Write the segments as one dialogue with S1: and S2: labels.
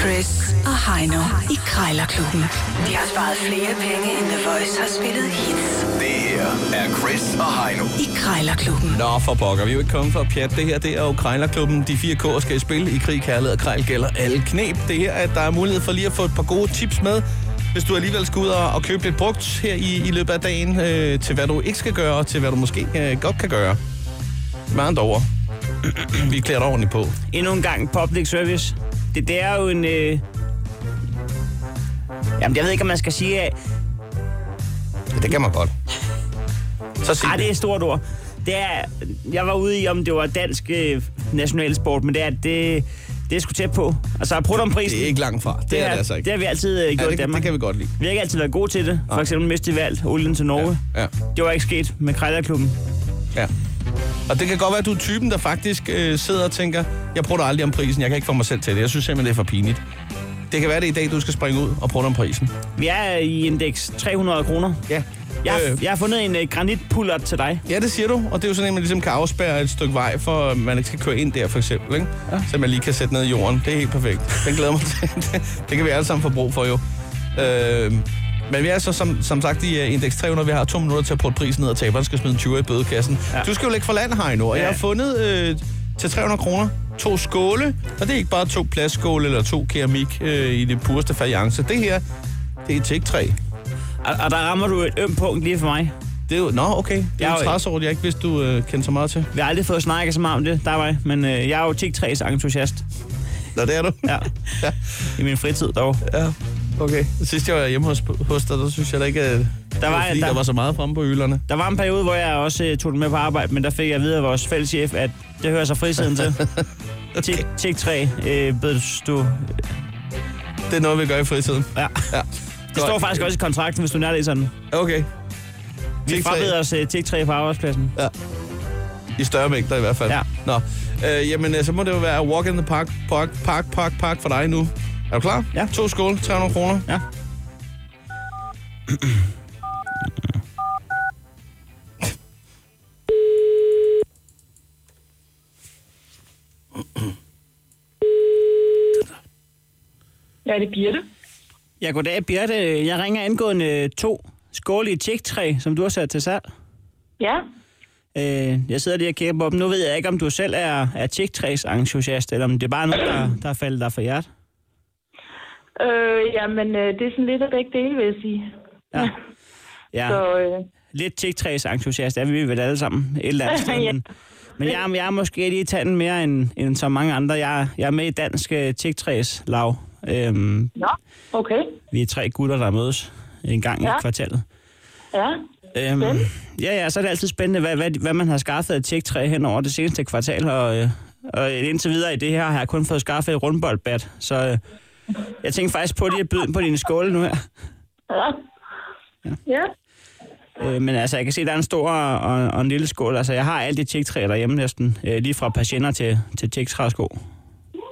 S1: Chris og Heino i Krejlerklubben. De har sparet flere penge, end The Voice har spillet hits
S2: Det her er Chris og Heino.
S1: i Krejlerklubben.
S3: Nå, for pokker, vi er jo ikke kommet for at pjatte. Det her, det er jo Krejlerklubben. De fire K'er skal i spil i krig, kærlighed og krejl gælder alle knep. Det her, at der er mulighed for lige at få et par gode tips med, hvis du alligevel skal ud og, og købe lidt brugt her i, i løbet af dagen, øh, til hvad du ikke skal gøre, og til hvad du måske øh, godt kan gøre. Med andre ord, vi klæder dig ordentligt på.
S4: endnu en gang public service. Det, det er jo en... Øh... Jamen, jeg ved ikke, om man skal sige... at-
S3: Ja, det kan man godt. Så sig
S4: Ej, Ah, det er et stort ord. Det er, jeg var ude i, om det var dansk øh, nationalsport, men det er, det, det er sgu tæt på. Altså,
S3: det,
S4: prisen...
S3: det er ikke langt fra. Det, det er det altså ikke.
S4: Det har vi altid øh, gjort
S3: ja,
S4: i
S3: det,
S4: Danmark.
S3: det kan vi godt lide.
S4: Vi har ikke altid været gode til det. For
S3: Nej.
S4: eksempel miste vi alt olien til Norge.
S3: Ja, ja.
S4: Det var ikke sket med Krejlerklubben.
S3: Ja. Og det kan godt være, at du er typen, der faktisk øh, sidder og tænker, jeg prøver aldrig om prisen, jeg kan ikke få mig selv til det, jeg synes simpelthen, det er for pinligt. Det kan være, det er i dag, du skal springe ud og prøve om prisen.
S4: Vi er øh, i indeks 300 kroner.
S3: Ja.
S4: Jeg, har-
S3: Øh.
S4: jeg har fundet en øh, granitpullert til dig.
S3: Ja, det siger du, og det er jo sådan, at man ligesom kan afspærre et stykke vej, for at man ikke skal køre ind der, for eksempel, ikke? Ja. Så man lige kan sætte ned i jorden. Det er helt perfekt. Den glæder mig til. Det, det kan vi alle sammen få brug for, jo. Øh, men vi er så som, som sagt i uh, indeks 300. Vi har to minutter til at putte prisen ned, og taberen skal smide en 20 i bødekassen. Ja.
S4: Ja.
S3: Du skal jo lægge for land, Heino, og ja. jeg har
S4: Ja.
S3: fundet øh, til 300 kroner to skåle, og det er ikke bare to plastskåle eller to keramik øh, i det pureste fajance. Det her, det er tæk 3.
S4: Og, og der rammer du et ømt punkt lige for mig.
S3: Det er jo, nå, okay. Det er
S4: Jeg
S3: jo
S4: er
S3: en
S4: jo-
S3: træsort, jeg ikke vidste, du øh, kendte så meget til.
S4: Vi har aldrig fået snakket så meget om det, der var jeg, men øh, jeg er jo TikToks entusiast
S3: Nå, det er du.
S4: ja,
S3: Ja.
S4: i min fritid dog.
S3: Ja, okay. Sidst jeg var hjemme hos, hos dig, der synes jeg da ikke, at der var,
S4: var-
S3: fordi, der...
S4: der-
S3: der var så meget fremme på ølerne.
S4: Der var en periode, hvor jeg også øh, tog den med på arbejde, men der fik jeg at vide af vores fælleschef, at det hører sig fritiden til. okay. TikTok øh, bedes du...
S3: Det er noget, vi gør i fritiden.
S4: Ja.
S3: Ja.
S4: Det står faktisk også i kontrakten, hvis du nærlæser den.
S3: Okay.
S4: Vi
S3: Tik tre.
S4: frabeder os øh, TikTok på arbejdspladsen.
S3: I større mængder i hvert fald.
S4: Ja.
S3: Nå. Øh, jamen, øh, så må det jo være walk in the park, park, park, park, park for dig nu. Er du klar?
S4: Ja.
S3: To skål, 300 kroner.
S4: Ja.
S5: Ja, det er Birte.
S4: Ja, goddag Birte. Jeg ringer angående øh, to skåle i TikTok, som du har sat til salg.
S5: Ja.
S4: Øh, jeg sidder lige og kigger på dem. Nu ved jeg ikke, om du selv er, er TikToks entusiast, eller om det er bare noget, der, der er faldet dig for hjertet.
S5: Øh, jamen, øh, det er sådan lidt af begge dele, vil jeg sige.
S4: Ja. Ja.
S5: Så, øh,
S4: lidt TikToks entusiast er vi vel alle sammen et eller andet sted.
S5: Ja.
S4: men, men jeg, er- jeg er måske lige i tanden mere end, end så mange andre. Jeg, er- jeg er med i Dansk uh, TikToks lav. Øhm,
S5: nå, okay.
S4: vi er tre gutter, der mødes en gang ja.
S5: Ja.
S4: i kvartalet.
S5: Ja,
S4: Øhm, ja, ja, så er det altid spændende, hvad, hvad, hvad man har skaffet af TikTok hen over det seneste kvartal. Og, øh, og indtil videre i det her har jeg kun fået skaffet et rundboldbat. Så øh, jeg tænkte faktisk på lige at byde ind på dine skåle nu her.
S5: ja. Ja,
S4: Øh, men altså, jeg kan se, der er en stor og, og en lille skål. Altså, jeg har alt det tjektræ derhjemme næsten. Øh, lige fra patienter til, til tjektræsko.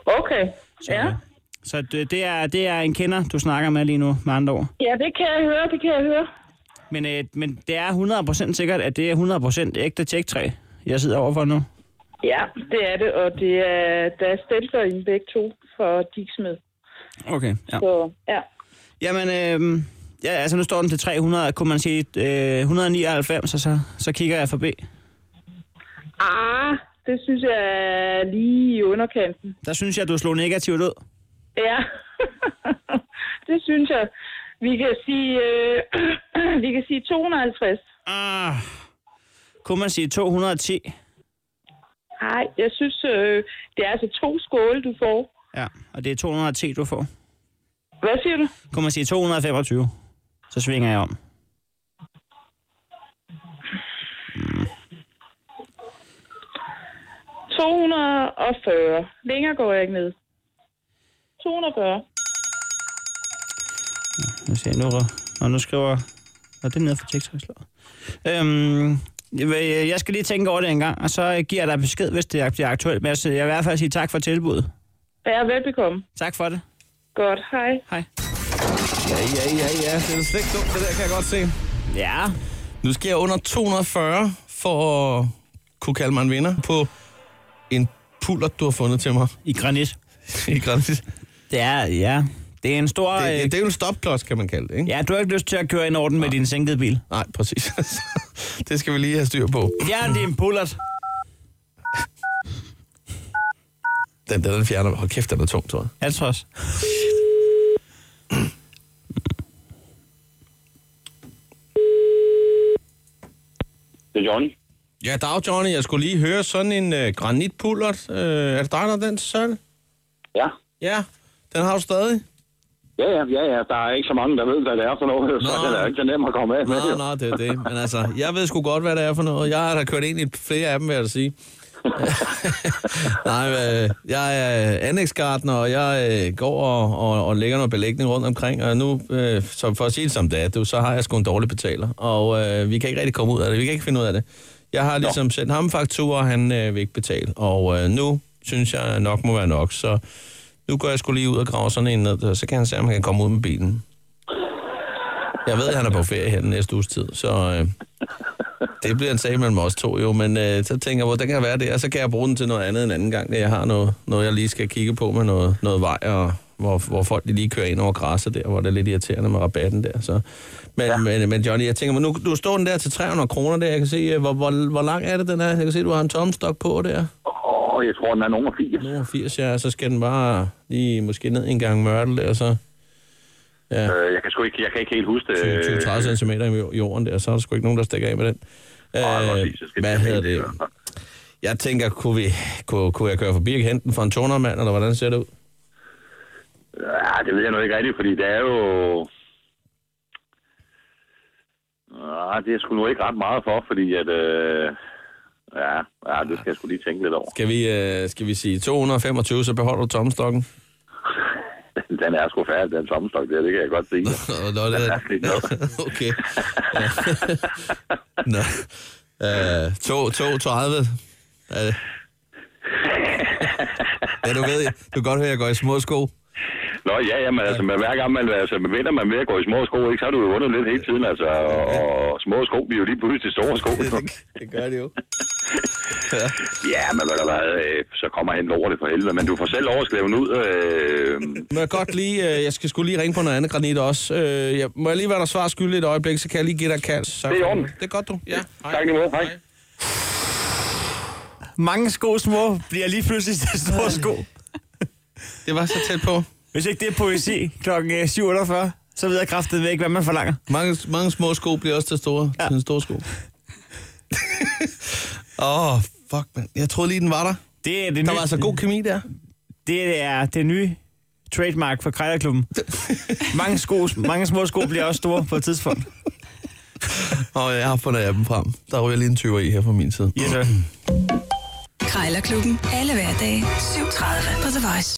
S5: okay.
S4: Så, øh,
S5: Ja.
S4: så det, det, er, det er en kender, du snakker med lige nu, med andre ord.
S5: ja, det kan jeg høre, det kan jeg høre.
S4: Men, øh, men det er 100% sikkert, at det er 100% ægte tjektræ, jeg sidder overfor nu.
S5: Ja, det er det, og det er, der er stelter i dem begge to for Diksmed.
S4: Okay, ja.
S5: Så, ja.
S4: Jamen, øh, ja, altså nu står den til 300, kunne man sige øh, 199, og så, så kigger jeg forbi.
S5: Ah, det synes jeg er lige i underkanten.
S4: Der synes jeg, du slog negativt ud.
S5: Ja, det synes jeg. Vi kan sige, øh, vi kan sige 250.
S4: Ah, kunne man sige 210?
S5: Nej, jeg synes, øh, det er altså to skåle, du får.
S4: Ja, og det er 210, du får.
S5: Hvad siger du?
S4: kunne man sige 225. Så svinger jeg om. Mm,
S5: 240. Længere går jeg ikke ned. 240.
S4: nu ser jeg nu, og nu skriver... Og det er nede for tekstreslået. Øhm, jeg vil- jeg skal lige tænke over det en gang, og så giver jeg dig besked, hvis det bliver aktuelt. Men jeg vil i hvert fald sige tak for tilbuddet.
S5: Ja, velbekomme.
S4: Tak for det.
S5: Godt, hej.
S4: Hej.
S3: Ja, ja, ja, ja. Det er slet ikke dumt, det der kan jeg godt se.
S4: Ja,
S3: Nu skal jeg under 240 for at kunne kalde mig en vinder på en puller, du har fundet til mig
S4: i granit.
S3: i gratis.
S4: Det er, ja. Det er en stor...
S3: Det,
S4: øh,
S3: det, det er jo en stopklods, kan man kalde det, ikke?
S4: Ja, du har ikke lyst til at køre ind over den med din sænkede bil.
S3: Nej, præcis. det skal vi lige have styr på.
S4: Fjern din pullert.
S3: Den der, den fjerner. Hold kæft, den er tung, tror jeg.
S4: Jeg tror også.
S6: Det er Johnny.
S3: Ja, dag Johnny. Jeg skulle lige høre sådan en øh, granitpullert. Øh, er det dig, der er den til salg?
S6: Ja.
S3: Ja, den har du stadig.
S6: Ja, ja, ja, ja. Der er ikke så mange, der ved, hvad det er for noget, så
S3: Nej.
S6: det er ikke så nemt at komme af med.
S3: Nej, nej, det er det. Men altså, jeg ved sgu godt, hvad det er for noget. Jeg har da kørt ind i flere af dem, vil jeg da sige. nej, øh, jeg er anlægsgardner, og jeg øh, går og, og, og lægger noget belægning rundt omkring, og nu, øh, så for at sige det som det er, du, så har jeg sgu en dårlig betaler, og øh, vi kan ikke rigtig komme ud af det, vi kan ikke finde ud af det. Jeg har ligesom sendt ham fakturer, og han øh, vil ikke betale, og øh, nu synes jeg nok må være nok, så nu går jeg skulle lige ud og graver sådan en ned, og så kan han se, om han kan komme ud med bilen. Jeg ved, at han er på ferie her den næste uges tid, så øh, det bliver en sag mellem os to jo, men øh, så tænker jeg, hvor den kan være der, og så kan jeg bruge den til noget andet en anden gang, når jeg har noget, noget jeg lige skal kigge på med noget, noget vej, og hvor, hvor folk de lige kører ind over græsset der, hvor det er lidt irriterende med rabatten der. Så. Men, ja. men, men Johnny, jeg tænker, men nu, du står den der til 300 kroner der, jeg kan se, øh, hvor, hvor, hvor lang er det den er? Jeg kan se, du har en tommestok på der.
S6: Åh, jeg tror, den er nogen af 80.
S3: Over 80, ja, så skal den bare lige måske ned en gang mørtel der, så
S6: Øh, jeg kan sgu ikke, jeg kan ikke helt huske
S3: 20-30
S6: det.
S3: cm i jorden der, så er der sgu ikke nogen, der stikker af med den.
S6: Ej,
S3: Øh,
S6: præcis, jeg skal
S3: hvad
S6: lige
S3: hedder
S6: have
S3: det?
S6: det.
S3: Jeg tænker, kunne, vi, kunne, kunne jeg køre forbi og hente den for en tonermand, eller hvordan ser det ud?
S6: Ja, det ved jeg nu ikke rigtigt, fordi det er jo... Ja, Ah, det er sgu nu ikke ret meget for, fordi at... Øh... Ja, ja, det skal jeg sgu lige tænke lidt over.
S3: Skal vi, øh, skal vi sige 225, så beholder du tommestokken?
S6: Den er sgu færdig, den tommestok der, det kan jeg godt sige.
S3: Nå, nå, det er...
S6: Lidt nok.
S3: Okay. Ja. Nå. Øh, to- 230. Øh. Ja, du ved, du kan godt høre, at jeg går i små sko.
S6: Nå ja, jamen, altså, men hver gang man, altså, man vinder man ved at gå i små sko, ikke, så har du jo vundet lidt hele tiden, altså, og, og små sko bliver jo lige pludselig store sko.
S3: det gør det jo.
S6: Ja, men ved du hvad, øh, så kommer han over det for helvede, men du får selv overskrevet ud. Øh,
S3: Må jeg godt lige, øh, jeg skal skulle lige ringe på noget andet granit også. Øh, jeg, må jeg lige være der svar skyldig et øjeblik, så kan jeg lige give dig et kald. Så,
S6: Det er i orden.
S3: Det er godt, du. Ja, hej.
S6: tak lige måde, hej.
S4: Mange sko små bliver lige pludselig til store sko.
S3: Det var så tæt på.
S4: Hvis ikke det er poesi kl. 7.48, så ved jeg kraftet ikke, hvad man forlanger.
S3: Mange, mange små sko bliver også til store, ja. til en stor sko. Åh, oh, fuck, man. Jeg troede lige, den var der.
S4: Det er det
S3: Der
S4: nye,
S3: var altså god kemi der.
S4: det er det nye trademark for Krejlerklubben. Mange, sko, mange små sko bliver også store på et tidspunkt.
S3: Og jeg har fundet appen frem. Der ryger lige en 20 i her fra min side.
S4: Yes, sir.
S1: Krejlerklubben. Alle hverdage. 7.30 på The Voice.